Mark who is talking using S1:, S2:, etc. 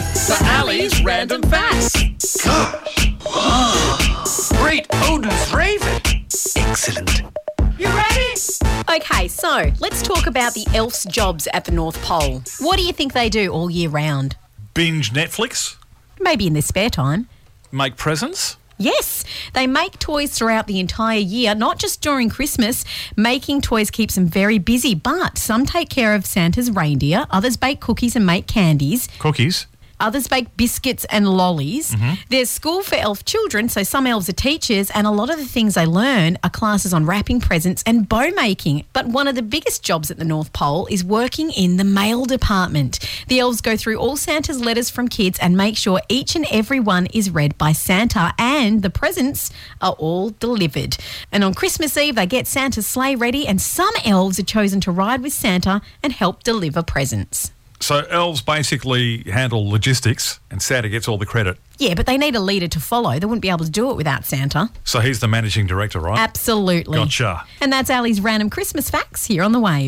S1: Professor Alley's random facts.
S2: Gosh! Wow. Great Odin's Raven! Excellent.
S1: You ready?
S3: Okay, so let's talk about the elf's jobs at the North Pole. What do you think they do all year round?
S4: Binge Netflix,
S3: Maybe in their spare time.
S4: make presents.
S3: Yes, they make toys throughout the entire year, not just during Christmas. Making toys keeps them very busy, but some take care of Santa's reindeer, others bake cookies and make candies,
S4: Cookies.
S3: others bake biscuits and lollies. There's school for elf children, so some elves are teachers, and a lot of the things they learn are classes on wrapping presents and bow making. But one of the biggest jobs at the North Pole is working in the mail department. The elves go through all Santa's letters from kids and make sure each and every one is read by Santa, and the presents are all delivered. And on Christmas Eve, they get Santa's sleigh ready, and some elves are chosen to ride with Santa and help deliver presents.
S4: So elves basically handle logistics, and Santa gets all the credit.
S3: Yeah, but they need a leader to follow. They wouldn't be able to do it without Santa.
S4: So he's the managing director, right?
S3: Absolutely.
S4: Gotcha.
S3: And that's Ali's random Christmas facts here on the way.